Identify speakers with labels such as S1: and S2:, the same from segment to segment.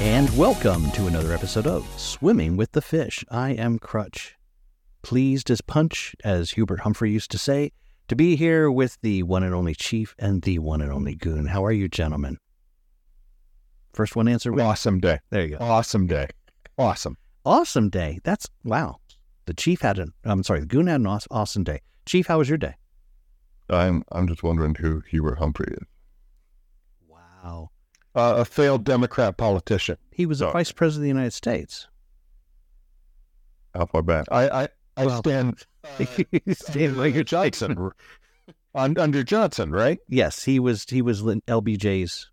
S1: And welcome to another episode of Swimming with the Fish. I am Crutch. Pleased as punch, as Hubert Humphrey used to say, to be here with the one and only Chief and the one and only Goon. How are you, gentlemen? First one answer. wins.
S2: Awesome day.
S1: There you go.
S2: Awesome day. Awesome.
S1: Awesome day. That's wow. The Chief had an, I'm sorry, the Goon had an awesome, awesome day. Chief, how was your day?
S2: I'm I'm just wondering who Hubert Humphrey is.
S1: Wow.
S2: Uh, a failed Democrat politician.
S1: He was a
S2: Sorry.
S1: vice president of the United States.
S2: How far back? I I, I
S1: Well,
S2: stand uh,
S1: Stand by your
S2: under Johnson. Un- under Johnson, right?
S1: Yes, he was. He was Lin- LBJ's.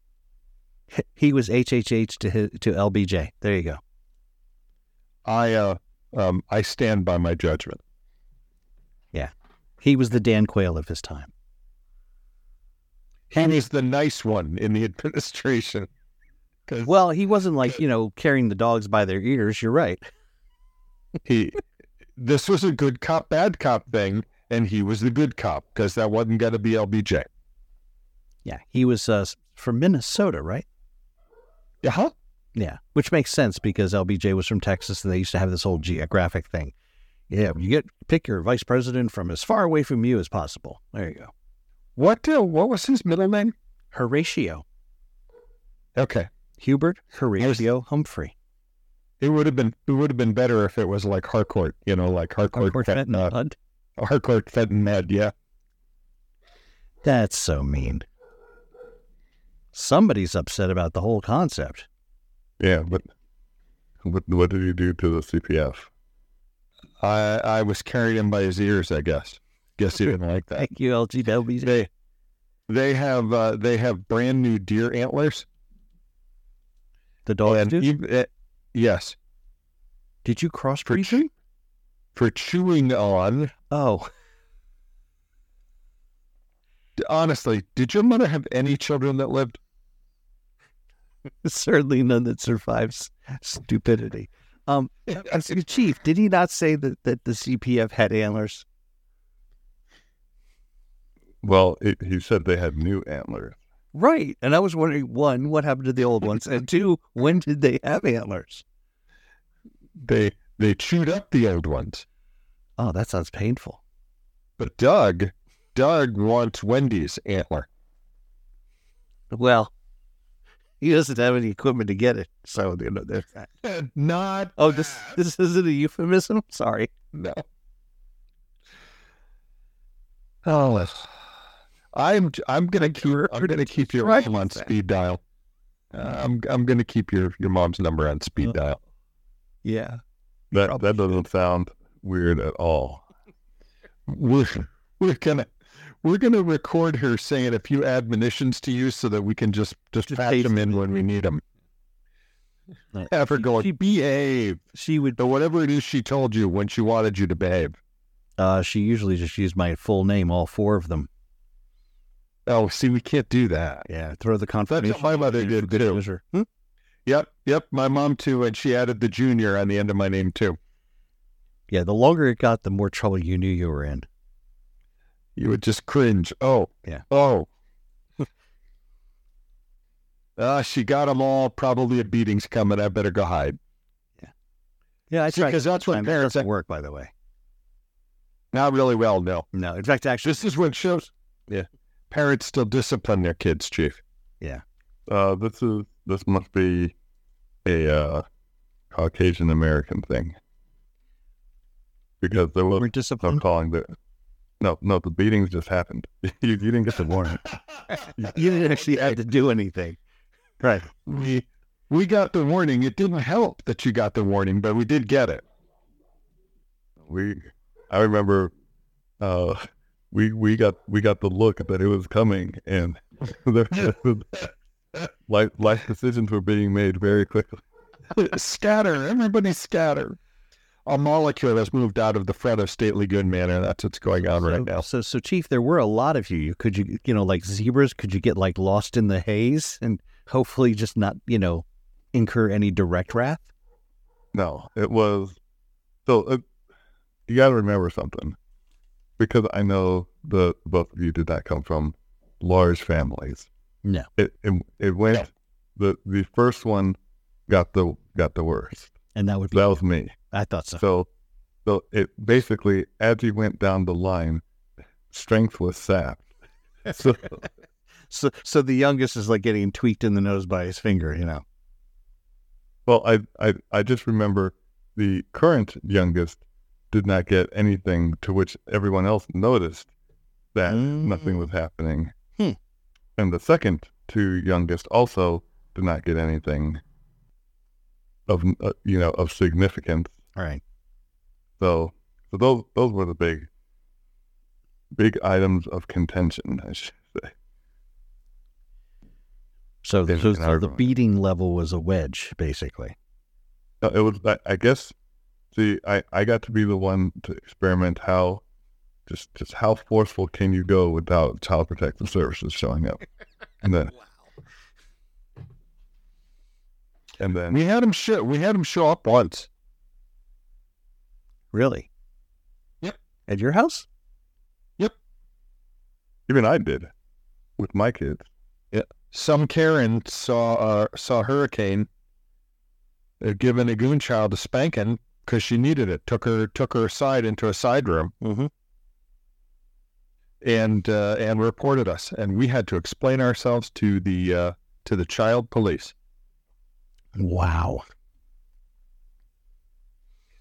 S1: He was HHH to his, to LBJ. There you go.
S2: I uh um I stand by my judgment.
S1: He was the Dan Quayle of his time.
S2: He was the nice one in the administration. 'Cause
S1: Well, he wasn't like you know carrying the dogs by their ears. You're right.
S2: he this was a good cop bad cop thing, and he was the good cop because that wasn't going to be LBJ.
S1: Yeah, he was uh, from Minnesota, right?
S2: Uh-huh.
S1: Yeah, which makes sense because LBJ was from Texas, and they used to have this whole geographic thing. Yeah, you get pick your vice president from as far away from you as possible. There you go.
S2: What uh, what was his middle name?
S1: Horatio
S2: Okay.
S1: Hubert Horatio Humphrey.
S2: It would have been it would have been better if it was like Harcourt, you know, like Harcourt,
S1: Hubert
S2: Fenton,
S1: Fenton
S2: uh,
S1: Hunt.
S2: Harcourt Fenton Med, yeah.
S1: That's so mean. Somebody's upset about the whole concept.
S2: Yeah, but what what did he do to the CPF? I I was carrying him by his ears, I guess. Guess he didn't like that.
S1: Thank you, LGW.
S2: They they have uh, they have brand new deer antlers.
S1: The dogs
S2: and
S1: do.
S2: ev- eh, yes,
S1: Did you cross
S2: for
S1: breed?
S2: chew, for chewing on.
S1: Oh,
S2: Honestly, did your mother have any children that lived?
S1: certainly none that survives stupidity. Um, excuse- Chief, did he not say that, that the CPF had antlers?
S2: Well, it, he said they had new antlers.
S1: Right. And I was wondering one, what happened to the old ones? And two, when did they have antlers?
S2: They they chewed up the old ones.
S1: Oh, that sounds painful.
S2: But Doug, Doug wants Wendy's antler.
S1: Well, he doesn't have any equipment to get it. So, you know, there's that.
S2: Not.
S1: Oh, this this isn't a euphemism? Sorry.
S2: no. Oh, let's- I'm I'm gonna keep I'm gonna keep your
S1: Right.
S2: mom on speed dial. Uh, I'm I'm gonna keep your your mom's number on speed
S1: Uh,
S2: dial.
S1: Yeah.
S3: That that doesn't sound weird at all.
S2: We're we're gonna we're gonna record her saying a few admonitions to you so that we can just just,
S1: Just
S2: patch
S1: paste
S2: them in when we need them.
S1: Right.
S2: Have her going
S1: she-
S2: behave.
S1: She would.
S2: So whatever it is she told you when she wanted you to behave.
S1: Uh, she usually just used my full name, all four of them.
S2: Oh, see, we can't do that.
S1: Yeah, throw the
S2: That's
S1: confirmation.
S2: what my mother did too.
S1: user. Hmm?
S2: Yep, yep. My mom too, and she added the junior on the end of my name too.
S1: Yeah, the longer it got, the more trouble you knew you were in.
S2: You would just cringe. Oh,
S1: Yeah.
S2: Oh. Ah, she got them all. Probably a beating's coming. I better go hide.
S1: Yeah, I
S2: See,
S1: tried.
S2: 'cause that's what
S1: It
S2: parents-
S1: doesn't work, by the way.
S2: Not really well, no.
S1: No, in fact, actually,
S2: This is when shows. Yeah. Parents still discipline their kids, Chief.
S3: Uh, this is this must be a uh, Caucasian American thing because there was
S1: we're
S3: no
S1: disciplined.
S3: calling the no no the beatings just happened. you, you didn't get the warning.
S1: You didn't actually have to do anything. Right.
S2: We we got the warning. It didn't help that you got the warning, but we did get it.
S3: We I remember uh, we we got we got the look that it was coming and there, life life decisions were being made very quickly.
S2: scatter, everybody scatter. A molecule has moved out of the fret of stately good manner. That's what's going on right
S1: so,
S2: now.
S1: So, so, Chief, there were a lot of you. You Could you, you know, like zebras, could you get like lost in the haze and hopefully just not, you know, incur any direct wrath?
S3: No, it was. So uh, you got to remember something, because I know the both of you did not come from large families.
S1: No.
S3: It it, it went the the first one got the got the worst.
S1: And that would be.
S3: That was me.
S1: I thought so.
S3: So, so it basically as he went down the line, strength was sapped. So
S1: So, so the youngest is like getting tweaked in the nose by his finger, you know.
S3: Well, I, I I just remember the current youngest did not get anything to which everyone else noticed that
S2: Mm.
S3: nothing was happening.
S1: Hmm.
S3: And the second two youngest also did not get anything of uh, you know of significance.
S1: All right.
S3: So so those those were the big big items of contention. I should say.
S1: So,
S3: Then
S1: so
S3: we can argue
S1: the
S3: on it.
S1: beating level was a wedge, basically.
S3: No, uh, it was. I, I guess. See, I, I got to be the one to experiment how, just just how forceful can you go without Child Protective Services showing up, and then and then
S2: We had him show. We had him show up once.
S1: Really?
S2: Yep.
S1: At your house?
S3: even I did, with my kids.
S2: Some Karen saw uh, saw Hurricane uh, giving a goon child a spanking because she needed it. Took her took her aside into a side room
S1: Mm-hmm.
S2: and uh, and reported us, and we had to explain ourselves to the uh, to the child police.
S1: Wow.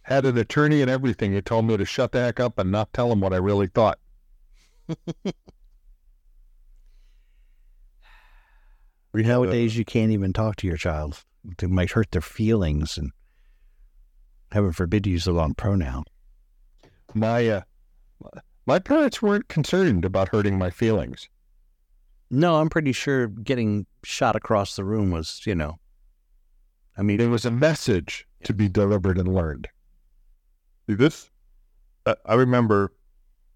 S2: Had an attorney and everything. He told me to shut the heck up and not tell him what I really thought.
S3: We had a-
S1: Nowadays, you can't even talk to your child. It might hurt their feelings, and heaven forbid you use the wrong pronoun.
S2: My uh, my parents weren't concerned about hurting my feelings.
S1: No, I'm pretty sure getting shot across the room was, you know. I mean,
S2: There was a message to be delivered and learned.
S3: see, this. I, I remember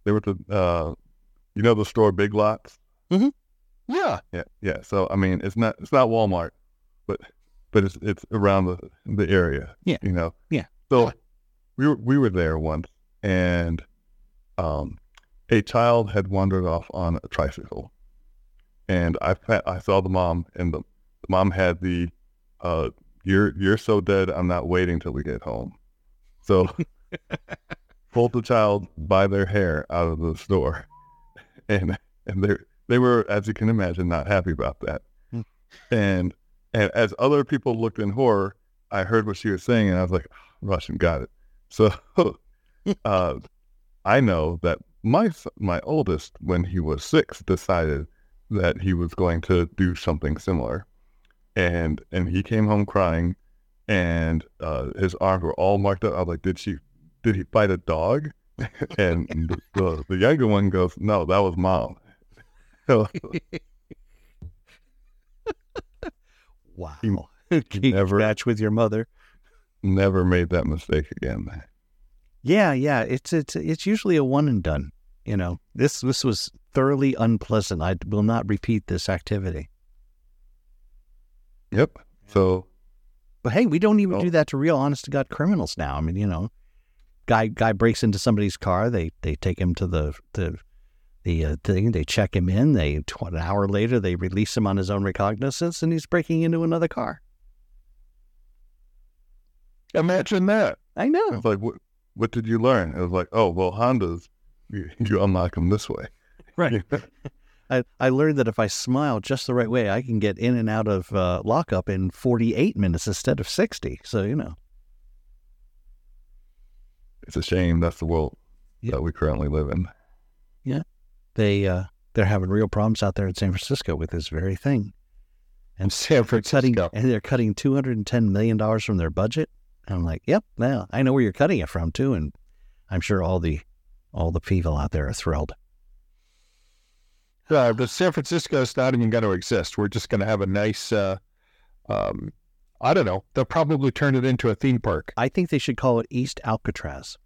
S3: there was a, uh, you know, the store Big Lots.
S2: Yeah,
S3: Yeah, yeah. So I mean, it's not it's not Walmart, but but it's it's around the the area.
S1: Yeah.
S3: you know.
S1: Yeah.
S3: So we were we were there once, and um, a child had wandered off on a tricycle, and I fa- I saw the mom, and the, the mom had the uh, you're you're so dead. I'm not waiting till we get home. So pulled the child by their hair out of the store, and and they they were, as you can imagine, not happy about that.
S1: Hmm.
S3: and and as other people looked in horror, I heard what she was saying, and I was like, "Oh, Russian got it. So uh, I know that my s- my oldest, when he was six, decided that he was going to do something similar, and and he came home crying, and uh, his arms were all marked up. I was like, did she? Did he bite a dog? and the, the, the younger one goes, "No, that was mom." So
S1: wow.
S3: you
S1: Never
S3: never-
S1: match with your mother.
S3: never made that mistake again.
S1: Yeah, yeah. It's it's it's usually a one and done. You know, this this was thoroughly unpleasant. I will not repeat this activity.
S3: Yep. So
S1: But hey, we don't even
S3: Oh.
S1: do that to real honest to God criminals now. I mean, you know, guy guy breaks into somebody's car, they they take him to the the the uh, thing, they check him in, they tw- an hour later they release him on his own recognizance and he's breaking into another car.
S2: Imagine that.
S1: I know.
S3: it's like, what what did you learn? It was like, oh well, Hondas, you, you unlock them this way.
S1: Right. I, I learned that if I smile just the right way, I can get in and out of uh, lockup in 48 minutes instead of 60. So, you know,
S3: It's a shame that's the world
S1: Yeah.
S3: that we currently live in.
S1: they uh, they're having real problems out there in San Francisco with this very thing. And
S2: San
S1: cutting
S2: Francisco.
S1: and they're cutting two hundred and ten million dollars from their budget. And I'm like, yep, now I know where you're cutting it from too, and I'm sure all the all the people out there are thrilled.
S2: Uh, but San Francisco's not even going to exist. We're just going to have a nice, uh, um, I don't know. They'll probably turn it into a theme park.
S1: I think they should call it East Alcatraz.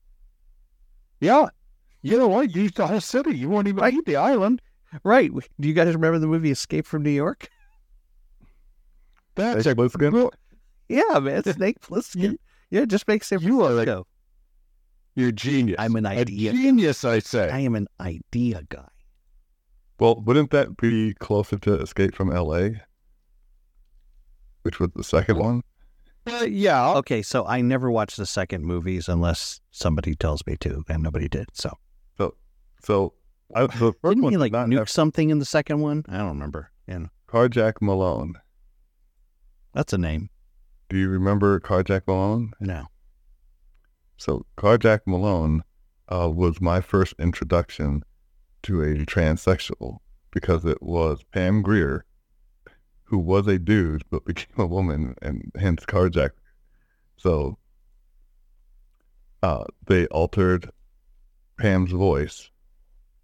S2: Yeah. You know what? Use the whole city. You won't even need the island.
S1: Right? Do you guys remember the movie Escape from New York?
S2: That's
S3: Hey,
S2: a
S3: let's get-
S2: good.
S1: Yeah, man, Snake Plissken.
S2: You-
S1: Yeah, just make San
S2: you are like-
S1: Francisco.
S2: You're genius.
S1: I'm an
S2: a
S1: idea.
S2: genius, I say.
S1: I am an idea guy.
S3: Well, wouldn't that be closer to Escape from L.A., which was the second one?
S2: Uh, yeah, I'll-
S1: Okay, so I never watch the second movies unless somebody tells me to, and nobody did. So
S3: So I, the 1st
S1: didn't
S3: one
S1: he
S3: did
S1: like
S3: not
S1: nuke
S3: have
S1: something in the second one? I don't remember. And
S3: Carjack Malone.
S1: that's a name.
S3: Do you remember Carjack Malone?
S1: No.
S3: So Carjack Malone uh, was my first introduction to a transsexual because it was Pam Greer, who was a dude but became a woman and hence Carjack. So uh, they altered Pam's voice,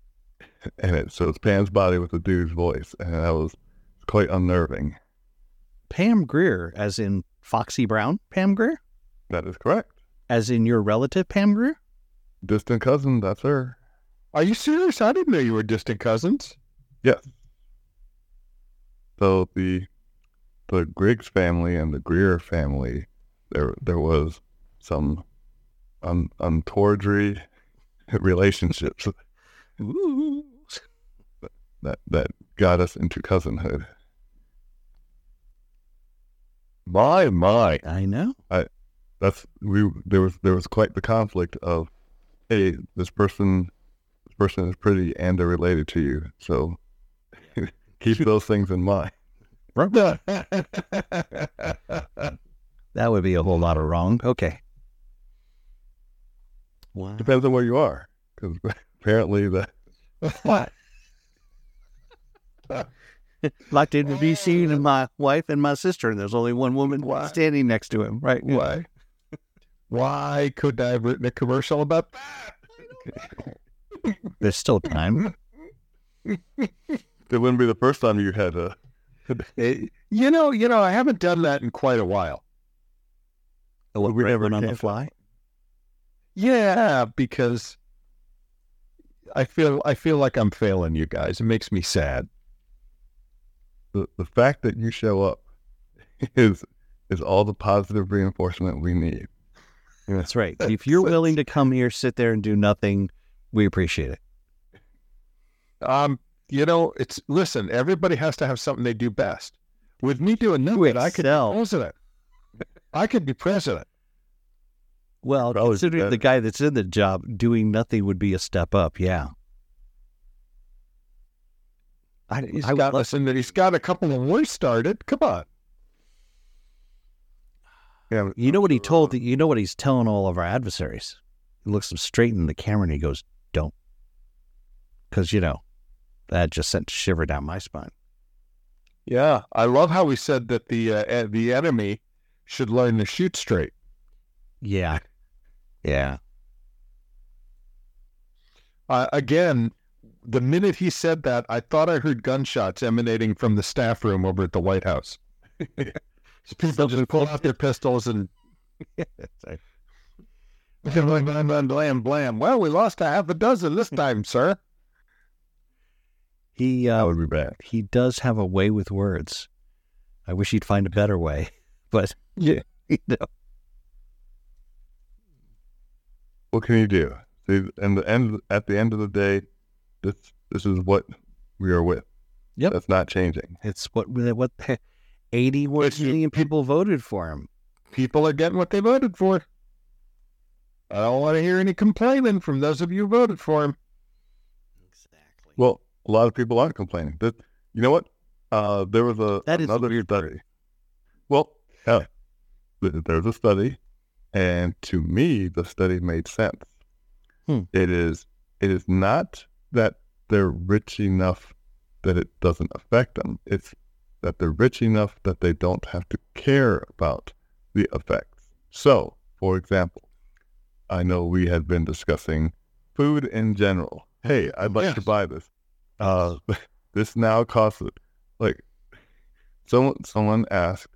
S3: and it so it's Pam's body with a dude's voice, and that was quite unnerving.
S1: Pam Greer, as in Foxy Brown, Pam Greer,
S3: That is correct.
S1: as in your relative Pam Greer.
S3: Distant cousin, that's her.
S2: are you serious? I didn't know you were distant cousins.
S3: So the the Griggs family and the Greer family, there there was some un, untowardry relationships
S1: Ooh.
S3: that that got us into cousinhood. My my,
S1: I know.
S3: that's we there was there was quite the conflict of, hey, this person this person is pretty and they're related to you, so keep those things in mind.
S1: That would be a whole lot of wrong. Okay. Wow.
S3: Depends on where you are, because apparently the
S2: what?
S1: Locked in with BC and my wife and my sister, and there's only one woman
S2: Why?
S1: standing next to him. Right. Yeah.
S2: Why? Why couldn't I have written a commercial about that?
S1: There's still time.
S3: It wouldn't be the first time you had a.
S2: Eh, you know, you know, I haven't done that in quite a while.
S1: What,
S3: we
S1: right
S3: never
S1: one on the
S3: can.
S1: fly.
S2: Yeah, because I feel I feel like I'm failing you guys. It makes me sad.
S3: The, the fact that you show up is is all the positive reinforcement we need.
S1: That's right. If you're willing to come here, sit there, and do nothing, we appreciate it.
S2: Um, you know, it's listen. Everybody has to have something they do best. With me doing nothing, I could be
S1: excel.
S2: president. I could be president.
S1: Well,
S3: Probably
S1: considering
S3: better.
S1: the guy that's in the job, doing nothing would be a step up. Yeah. I,
S2: He's
S1: I would
S2: got
S1: love-
S2: listen. That he's got a couple of wars started. Come on.
S3: Yeah,
S1: you know what he told? You know what he's telling all of our adversaries. He looks them straight in the camera and he goes, "Don't," because you know that just sent a shiver down my spine.
S2: Yeah, I love how he said that the uh, eh, the enemy should learn to shoot straight.
S1: Yeah. Yeah.
S2: Uh, again, the minute he said that, I thought I heard gunshots emanating from the staff room over at the White House. People just pulled out their pistols and blam, blam, blam, blam, blam. Well, we lost a half a dozen this time, sir.
S1: He
S3: That
S1: uh,
S3: would be bad.
S1: he does have a way with words. I wish he'd find a better way, but
S2: Yeah.
S1: you know.
S3: What can you do? See, and the end at the end of the day, this this is what we are with.
S1: Yep.
S3: that's not changing.
S1: It's what what eighty
S2: It's-
S1: million people voted for him.
S2: People are getting what they voted for. I don't want to hear any complaining from those of you who voted for him.
S1: Exactly.
S3: Well, a lot of people aren't complaining. That you know what? Uh, there was a
S1: That is
S3: another
S1: weird.
S3: study. Well, yeah, Th- there's a study, and to me, the study made sense.
S1: Hmm.
S3: It is it is not that they're rich enough that it doesn't affect them. It's that they're rich enough that they don't have to care about the effects. So, for example, I know we had been discussing food in general. Hey, I'd like to
S2: Yes.
S3: buy this. Uh, this now costs like someone someone asked,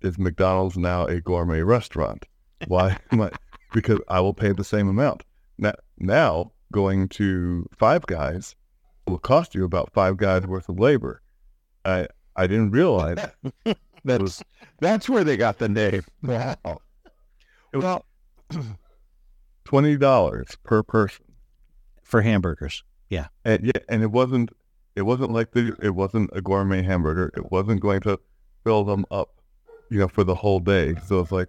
S3: is McDonald's now a gourmet restaurant? Why am I? Because I will pay the same amount. Now, now going to Five Guys will cost you about Five Guys worth of labor. I I didn't realize
S2: That's that's where they got the name. Wow. Well,
S3: twenty dollars per person.
S1: for hamburgers.
S3: And yeah, and it wasn't it wasn't like the it wasn't a gourmet hamburger. It wasn't going to fill them up. you know, for the whole day. So it's like,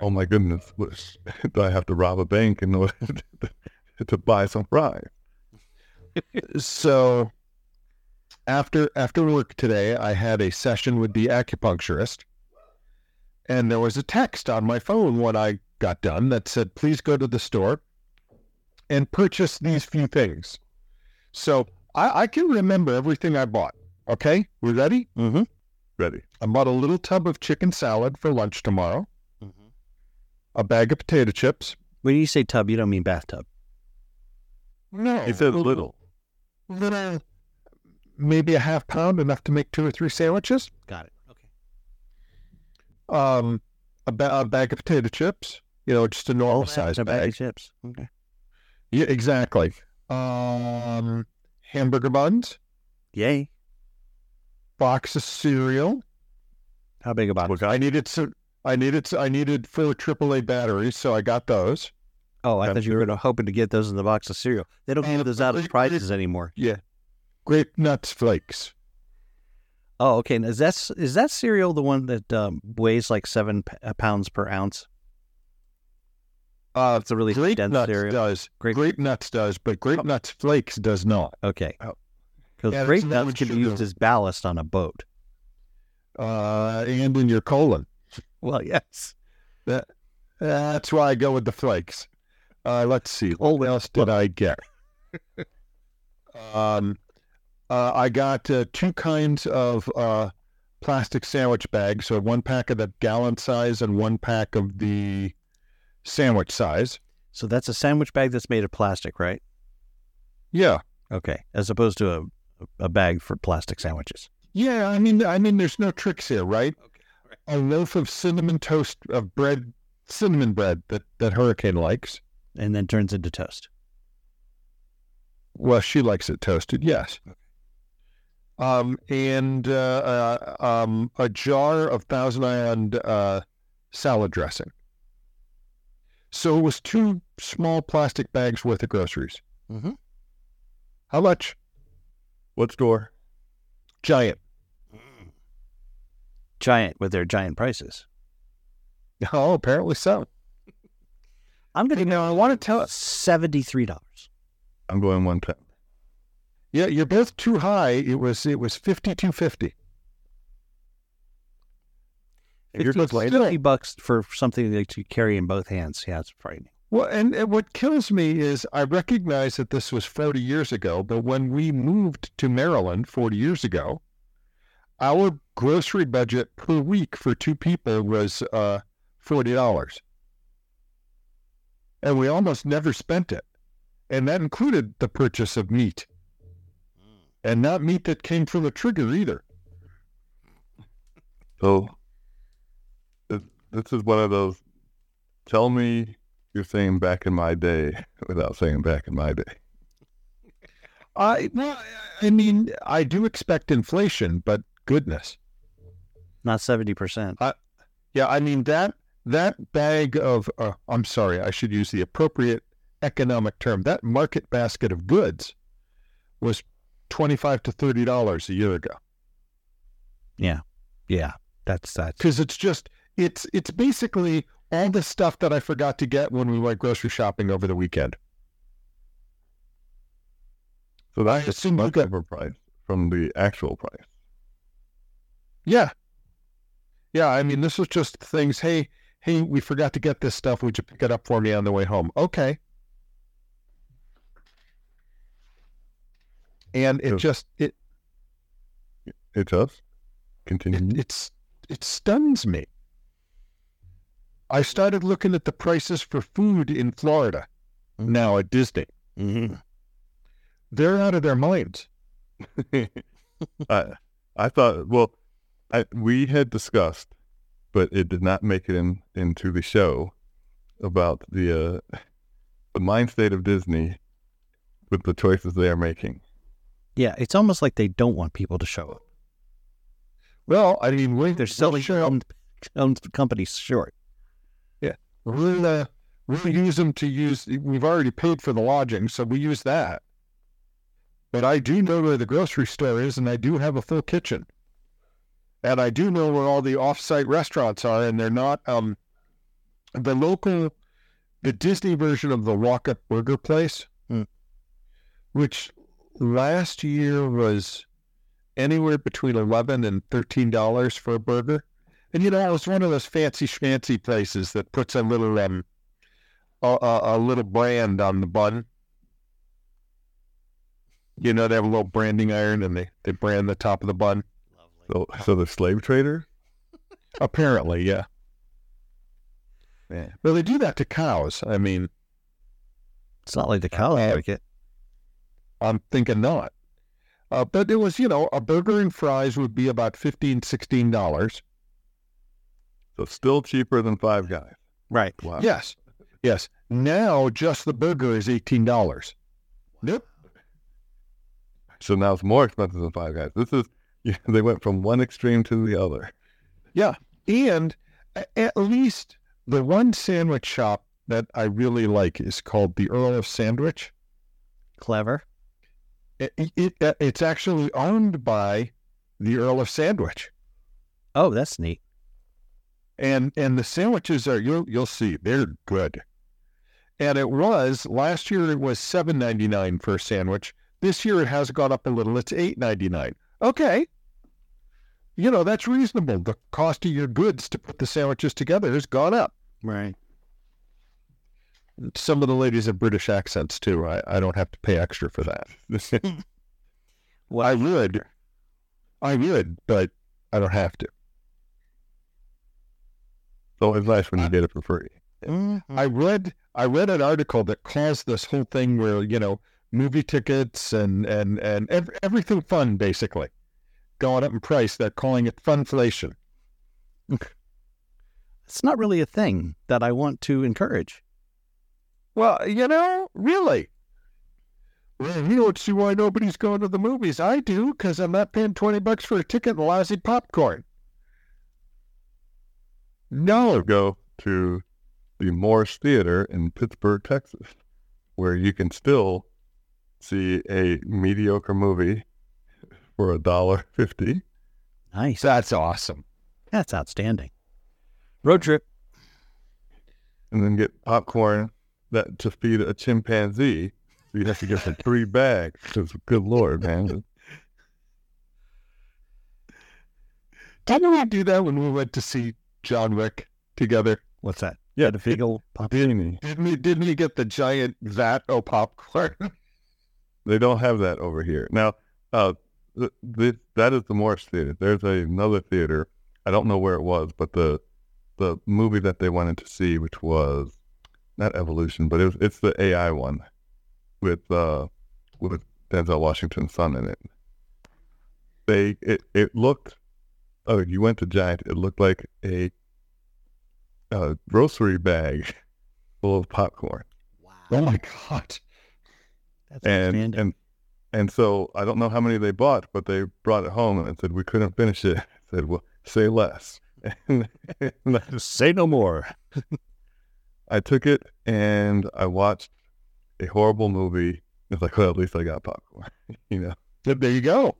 S3: oh my goodness, what- do I have to rob a bank in order to, to buy some fries?
S2: so after after work today i had a session with the acupuncturist and there was a text on my phone when i got done that said please go to the store and purchase these few things so i, I can remember everything i bought okay we ready
S1: Mm-hmm.
S3: Ready?
S2: i bought a little tub of chicken salad for lunch tomorrow
S1: Mm-hmm.
S2: a bag of potato chips
S1: When you say tub, you don't mean bathtub.
S2: no
S3: He said little.
S2: little maybe a half pound enough to make two or three sandwiches
S1: Got it. Okay.
S2: um, a, ba- a bag of potato chips. You know, just a normal size
S1: Oh, a
S2: bag.
S1: bag of chips. Okay.
S2: Yeah, exactly. Um, hamburger buns,
S1: Yay.
S2: box of cereal.
S1: How big a box?
S2: I needed some. I needed. I needed four AAA batteries, so I got those.
S1: Oh, I thought you were gonna, hoping to get those in the box of cereal. They don't
S2: And
S1: give those out as
S2: it-
S1: prizes anymore.
S2: Grape nuts flakes.
S1: Oh, okay. And is that is that cereal the one that um, weighs like seven p- uh, pounds per ounce?
S2: Uh,
S1: It's a really
S2: grape
S1: dense
S2: nuts
S1: cereal.
S2: does.
S1: Grape- Oh.
S2: Grape, nuts does, but grape nuts flakes does not.
S1: Okay.
S3: Oh.
S1: Because
S2: Yeah, that's
S1: grape
S2: the
S1: nuts
S2: one
S1: can be
S2: sugar.
S1: used as ballast on a boat.
S2: Uh, and in your colon.
S1: Well, yes.
S2: That's why I go with the flakes. Uh, let's see. What else did I get? um, uh, I got uh, two kinds of uh, plastic sandwich bags. So one pack of the gallon size and one pack of the sandwich size.
S1: So that's a sandwich bag that's made of plastic, right?
S2: Yeah.
S1: Okay. As opposed to a a bag for plastic sandwiches.
S2: Yeah. I mean, I mean, there's no tricks here, right?
S1: Okay,
S2: A loaf of cinnamon toast of bread, cinnamon bread that, that Hurricane likes.
S1: And then turns into toast.
S2: Well, she likes it toasted, yes. Um, and uh, uh, um, a jar of Thousand Island uh, salad dressing. So it was two small plastic bags worth of groceries.
S1: Mhm.
S2: How much?
S3: What store?
S2: Giant.
S1: Giant with their giant prices.
S2: Oh, apparently so.
S1: I'm
S2: You
S1: gonna
S2: know, I want to tell us.
S1: seventy three dollars.
S3: I'm going one ten.
S2: Yeah, you're both too high. It was it was fifty two fifty.
S3: You're just like-
S1: Fifty bucks for something that you carry in both hands. Yeah, it's frightening.
S2: Well, and, and what kills me is I recognize that this was 40 years ago, but when we moved to Maryland 40 years ago, our grocery budget per week for two people was uh, $40. And we almost never spent it. And that included the purchase of meat. And not meat that came from a trigger either.
S3: So th- this is one of those. Tell me you're saying back in my day without saying back in my day.
S2: I, well, I mean, I do expect inflation, but goodness.
S1: Not seventy percent.
S2: Yeah, I mean that that bag of uh, I'm sorry, I should use the appropriate economic term. That market basket of goods was twenty five to thirty dollars a year ago
S1: Yeah, that's that.
S2: because it's just it's it's basically all the stuff that I forgot to get when we went grocery shopping over the weekend.
S3: So
S2: I
S3: that's
S2: assume you
S3: much
S2: got-
S3: of a price from the actual price.
S2: Yeah, yeah. I mean, this was just things. Hey, hey, we forgot to get this stuff. Would you pick it up for me on the way home? Okay. And it
S3: Sure.
S2: just it
S3: It does. Continue.
S2: it, it's it stuns me. I started looking at the prices for food in Florida
S1: Mhm.
S2: now at Disney.
S1: Mm-hmm.
S2: They're out of their minds.
S3: I I thought well, I we had discussed, but it did not make it in into the show about the uh, the mind state of Disney with the choices they are making.
S1: Yeah, it's almost like they don't want people to show up.
S2: Well, I mean, we,
S1: They're selling their own, own companies short.
S2: We'll, uh, we'll use them to use. We've already paid for the lodging, so we use that. But I do know where the grocery store is, and I do have a full kitchen. and I do know where all the off-site restaurants are, and they're not um, the local, the Disney version of the Rocket Burger Place,
S1: Hmm.
S2: which last year was anywhere between eleven and thirteen dollars for a burger, and you know it was one of those fancy schmancy places that puts a little um, a, a, a little brand on the bun. You know, they have a little branding iron and they, they brand the top of the bun.
S1: Lovely.
S3: So, so the slave trader?
S2: Apparently, yeah.
S3: Yeah.
S2: Well, they do that to cows. I mean,
S1: It's not like the cow advocate.
S2: I'm thinking not. Uh, but it was, you know, a burger and fries would be about 15 $16.
S3: So still cheaper than Five Guys.
S1: Right.
S3: Wow.
S2: Yes. Yes. Now just the burger is $18. Nope.
S3: So now it's more expensive than Five Guys. This is yeah, they went from one extreme to the other.
S2: And a- at least the one sandwich shop that I really like is called the Earl of Sandwich.
S1: Clever.
S2: It, it, it, it's actually owned by the Earl of Sandwich.
S1: Oh, that's neat.
S2: and and the sandwiches are you'll you'll see they're good. And it was last year it was seven ninety nine for a sandwich. This year it has gone up a little. It's eight ninety nine. Okay. You know, that's reasonable. The cost of your goods to put the sandwiches together has gone up.
S1: Right.
S2: Some of the ladies have British accents too. I, I don't have to pay extra for that. I
S1: Well,
S2: would. I would, but I don't have to.
S3: so it's nice when you get it for free.
S1: mhm.
S2: I read I read an article that calls this whole thing where you know movie tickets and and and ev- everything fun basically going up in price. They're calling it funflation.
S1: it's not really a thing that I want to encourage.
S2: Well, you know, really. Well, you don't see why nobody's going to the movies. I do because I'm not paying twenty bucks for a ticket and lousy popcorn. No,
S3: So go to the Morris Theater in Pittsburgh, Texas, where you can still see a mediocre movie for a dollar fifty.
S1: Nice.
S2: that's awesome.
S1: That's outstanding. Road trip.
S3: and then get popcorn that to feed a chimpanzee. So you have to get the three bags. 'cause good lord, man.
S2: Didn't we do that when we went to see John Wick together?
S1: What's that?
S3: Yeah,
S1: The Fiegel pop.
S3: Disney.
S2: Didn't we, didn't we get the giant vat of popcorn?
S3: They don't have that over here now. Uh, th- this, that is the Morse Theater. There's another theater. I don't know where it was, but the the movie that they wanted to see, which was not Evolution, but it was, it's the AI one with uh with Denzel Washington's son in it. They it, it looked oh you went to Giant. It looked like a uh, grocery bag full of popcorn.
S2: Oh my god!
S1: That's
S3: and
S1: outstanding.
S3: and and so I don't know how many they bought, but they brought it home and said we couldn't finish it. I said, well, say less. And I, just-
S1: Say no more.
S3: I took it and I watched a horrible movie. It's like, well, at least I got popcorn. you know,
S2: Th- There you go.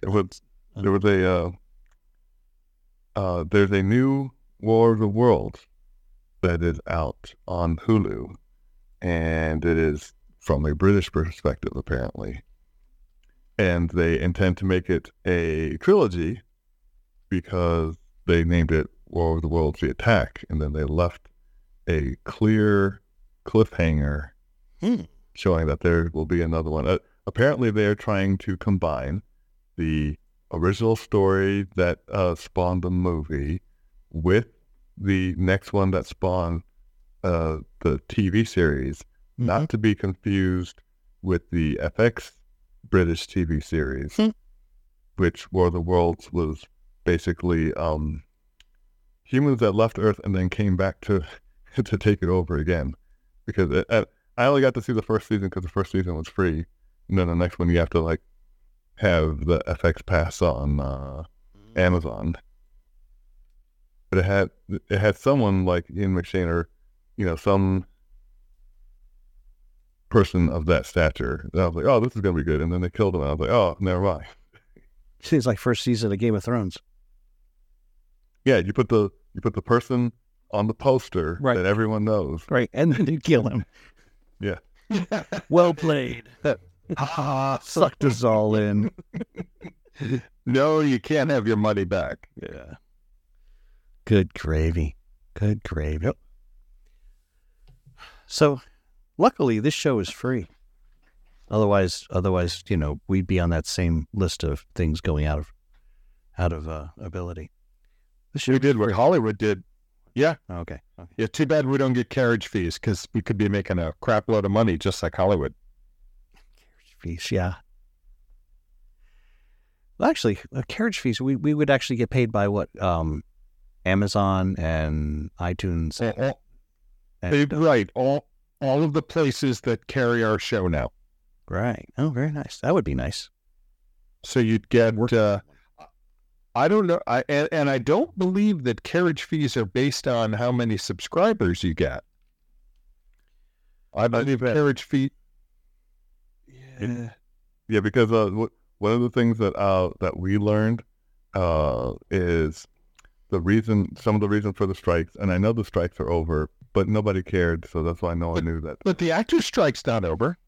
S3: there was there was a uh, uh, there's a new War of the Worlds that is out on Hulu, and it is from a British perspective apparently, and they intend to make it a trilogy because they named it War of the Worlds: The Attack, and then they left a clear cliffhanger
S1: Hmm.
S3: showing that there will be another one. Uh, apparently, they are trying to combine the original story that uh, spawned the movie with the next one that spawned uh, the TV series,
S1: Mm-hmm.
S3: not to be confused with the FX British TV series,
S1: Hmm.
S3: which War of the Worlds was basically um, humans that left Earth and then came back to to take it over again. Because it, I, I only got to see the first season because the first season was free, and then the next one you have to like have the FX pass on uh, Amazon. But it had it had someone like Ian McShane or you know some person of that stature. And I was like, oh, this is gonna be good. And then they killed him. And I was like, oh, never mind.
S1: Seems like first season of Game of Thrones.
S3: Yeah, you put the you put the person on the poster
S1: Right.
S3: that everyone knows.
S1: Right. And then you kill him.
S3: Yeah.
S1: Well played.
S2: Ha, ha, ha.
S1: Sucked us all in.
S2: no, you can't have your money back.
S1: Yeah. Good gravy. Good gravy. Oh. So luckily this show is free. Otherwise otherwise, you know, we'd be on that same list of things going out of out of uh, ability. This show
S2: We did what Hollywood did.
S1: okay. okay.
S2: Yeah, too bad we don't get carriage fees because we could be making a crap load of money just like Hollywood.
S1: Carriage fees, yeah. Well, actually, uh, carriage fees, we, we would actually get paid by what? Um, Amazon and uh, iTunes.
S2: All- all-
S1: and-
S2: they- right. All all of the places that carry our show now.
S1: right. Oh, very nice. That would be nice.
S2: So you'd get. Uh, I don't know. I and, and I don't believe that carriage fees are based on how many subscribers you get. I believe
S3: bet.
S2: carriage fee.
S3: Yeah. Yeah, because uh, w- one of the things that uh, that we learned uh, is the reason, some of the reason for the strikes, and I know the strikes are over, but nobody cared, so that's why no one knew that.
S2: But the actor strike's not over.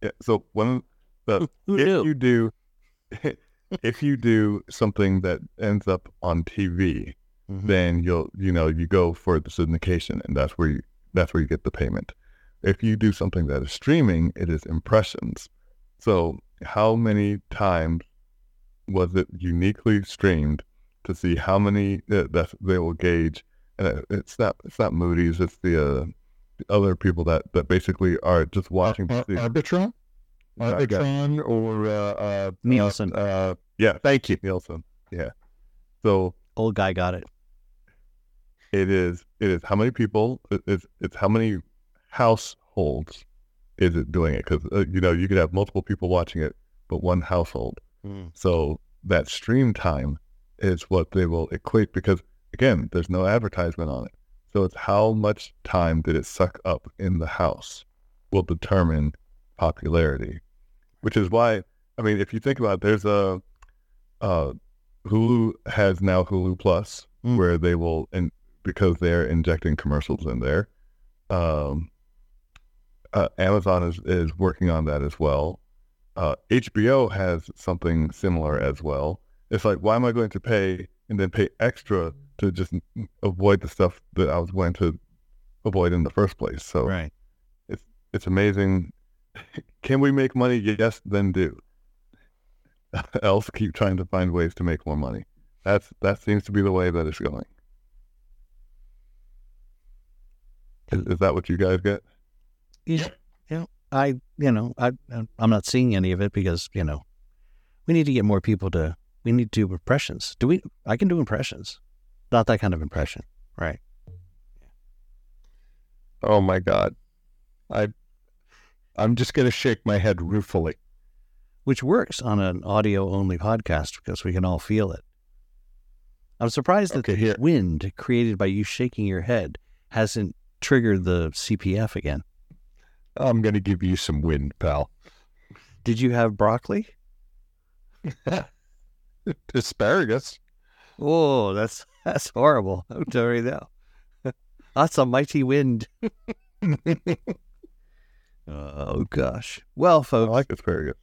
S3: Yeah, so one, of
S1: Who
S3: the, if
S1: knew?
S3: you do, if you do something that ends up on TV,
S1: Mhm.
S3: then you'll, you know, you go for the syndication, and that's where you, that's where you get the payment. If you do something that is streaming, it is impressions. So how many times was it uniquely streamed to see how many uh, that they will gauge? And it, it's not it's not Moody's. It's the, uh, the other people that that basically are just watching. to
S2: Ar-
S3: see-
S2: Uh, Arbitron,
S3: Right, yeah.
S2: Arbitron, or uh, uh,
S1: Nielsen.
S2: Uh, uh,
S3: Yeah,
S2: thank you.
S3: Nielsen. Yeah. So
S1: Old guy got it.
S3: it is. It is how many people? it- It's it's how many households is it doing it? Because uh, you know you could have multiple people watching it, but one household. So that stream time is what they will equate because again, there's no advertisement on it. So it's how much time did it suck up in the house will determine popularity, which is why I mean, if you think about it, there's a uh, Hulu has now Hulu Plus
S1: Mm.
S3: where they will and because they're injecting commercials in there. Um, uh, Amazon is, is working on that as well uh, HBO has something similar as well. It's like, why am I going to pay and then pay extra to just avoid the stuff that I was going to avoid in the first place? So
S1: Right.
S3: it's amazing. Can we make money? Yes, then do. Else, keep trying to find ways to make more money. That's that seems to be the way that it's going. Is, is that what you guys get?
S1: Yeah. yeah. I, you know, I, I'm not seeing any of it because, you know, we need to get more people to, we need to do impressions. Do we, I can do impressions. Not that kind of impression. Right.
S2: Oh my god, I, I'm just gonna shake my head ruefully.
S1: which works on an audio only podcast because we can all feel it. I'm surprised that
S2: Okay,
S1: the
S2: here-
S1: wind created by you shaking your head hasn't triggered the CPF again.
S2: I'm gonna give you some wind, pal.
S1: Did you have broccoli?
S2: Asparagus.
S1: Oh, that's that's horrible. I'm telling you now. that's a mighty wind. oh gosh. Well,
S3: I
S1: folks,
S3: like asparagus.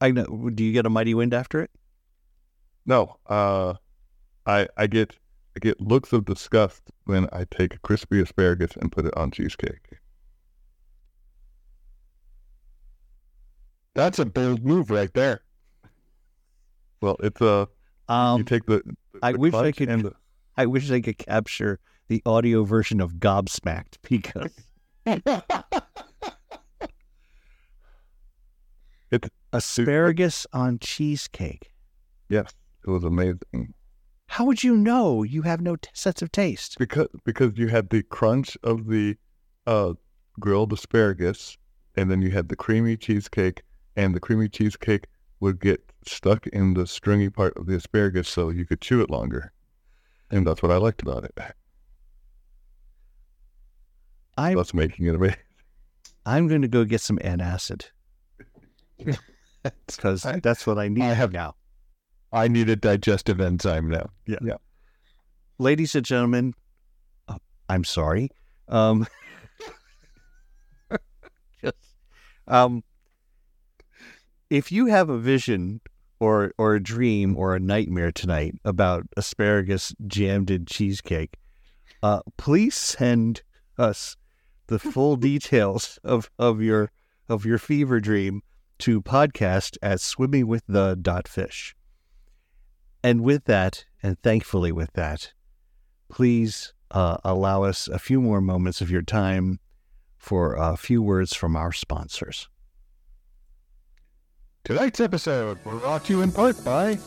S1: I know. Do you get a mighty wind after it?
S3: No, uh, I I get I get looks of disgust when I take crispy asparagus and put it on cheesecake.
S2: That's a bold move right there.
S3: Well, it's a you
S1: Um,
S3: take the,
S1: I
S3: the
S1: wish I
S3: clutch
S1: could-
S3: and the,
S1: I wish I could capture the audio version of Gobsmacked because asparagus on cheesecake.
S3: yes, it was amazing
S1: How would you know you have no t- sense of taste?
S3: because because you had the crunch of the uh, grilled asparagus, and then you had the creamy cheesecake, and the creamy cheesecake would get stuck in the stringy part of the asparagus, so you could chew it longer, and that's what I liked about it.
S1: I'm
S3: That's making it amazing.
S1: I'm going to go get some antacid because
S2: I-
S1: that's what I need
S2: I have-
S1: now.
S2: I need a digestive enzyme now.
S1: Ladies and gentlemen, uh, I'm sorry. Um, just, um, if you have a vision or or a dream or a nightmare tonight about asparagus jammed in cheesecake, uh, please send us the full details of, of your of your fever dream to podcast at swimmingwiththe.fish. And with that, and thankfully with that, please uh, allow us a few more moments of your time for a few words from our sponsors.
S2: Tonight's episode was brought to you in part by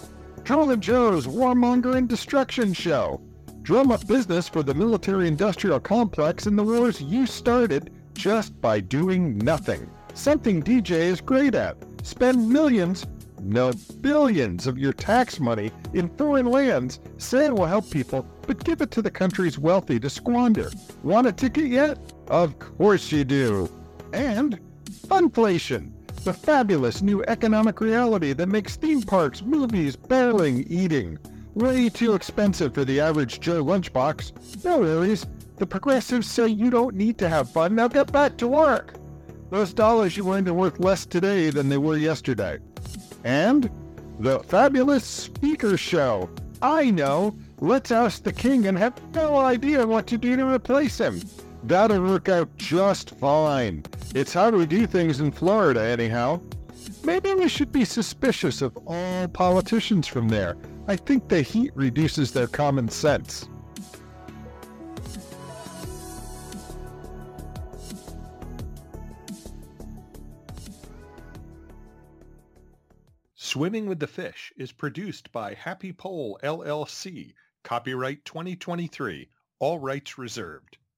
S2: Trouble and Joe's Warmonger and Destruction Show. Drum up business for the military industrial complex in the wars you started just by doing nothing. Something DJ is great at. Spend millions, no, billions of your tax money in foreign lands. Say it will help people, but give it to the country's wealthy to squander. Want a ticket yet? Of course you do. And funflation the fabulous new economic reality that makes theme parks, movies, barreling, eating way too expensive for the average Joe lunchbox. No worries. The progressives say you don't need to have fun. Now get back to work. Those dollars you earned are worth less today than they were yesterday. And the fabulous speaker show. I know. Let's oust the king and have no idea what to do to replace him. That'll work out just fine. It's how we do things in Florida, anyhow. Maybe we should be suspicious of all politicians from there. I think the heat reduces their common sense.
S4: Swimming with the Fish is produced by Happy Pole LLC. Copyright 2023. All rights reserved.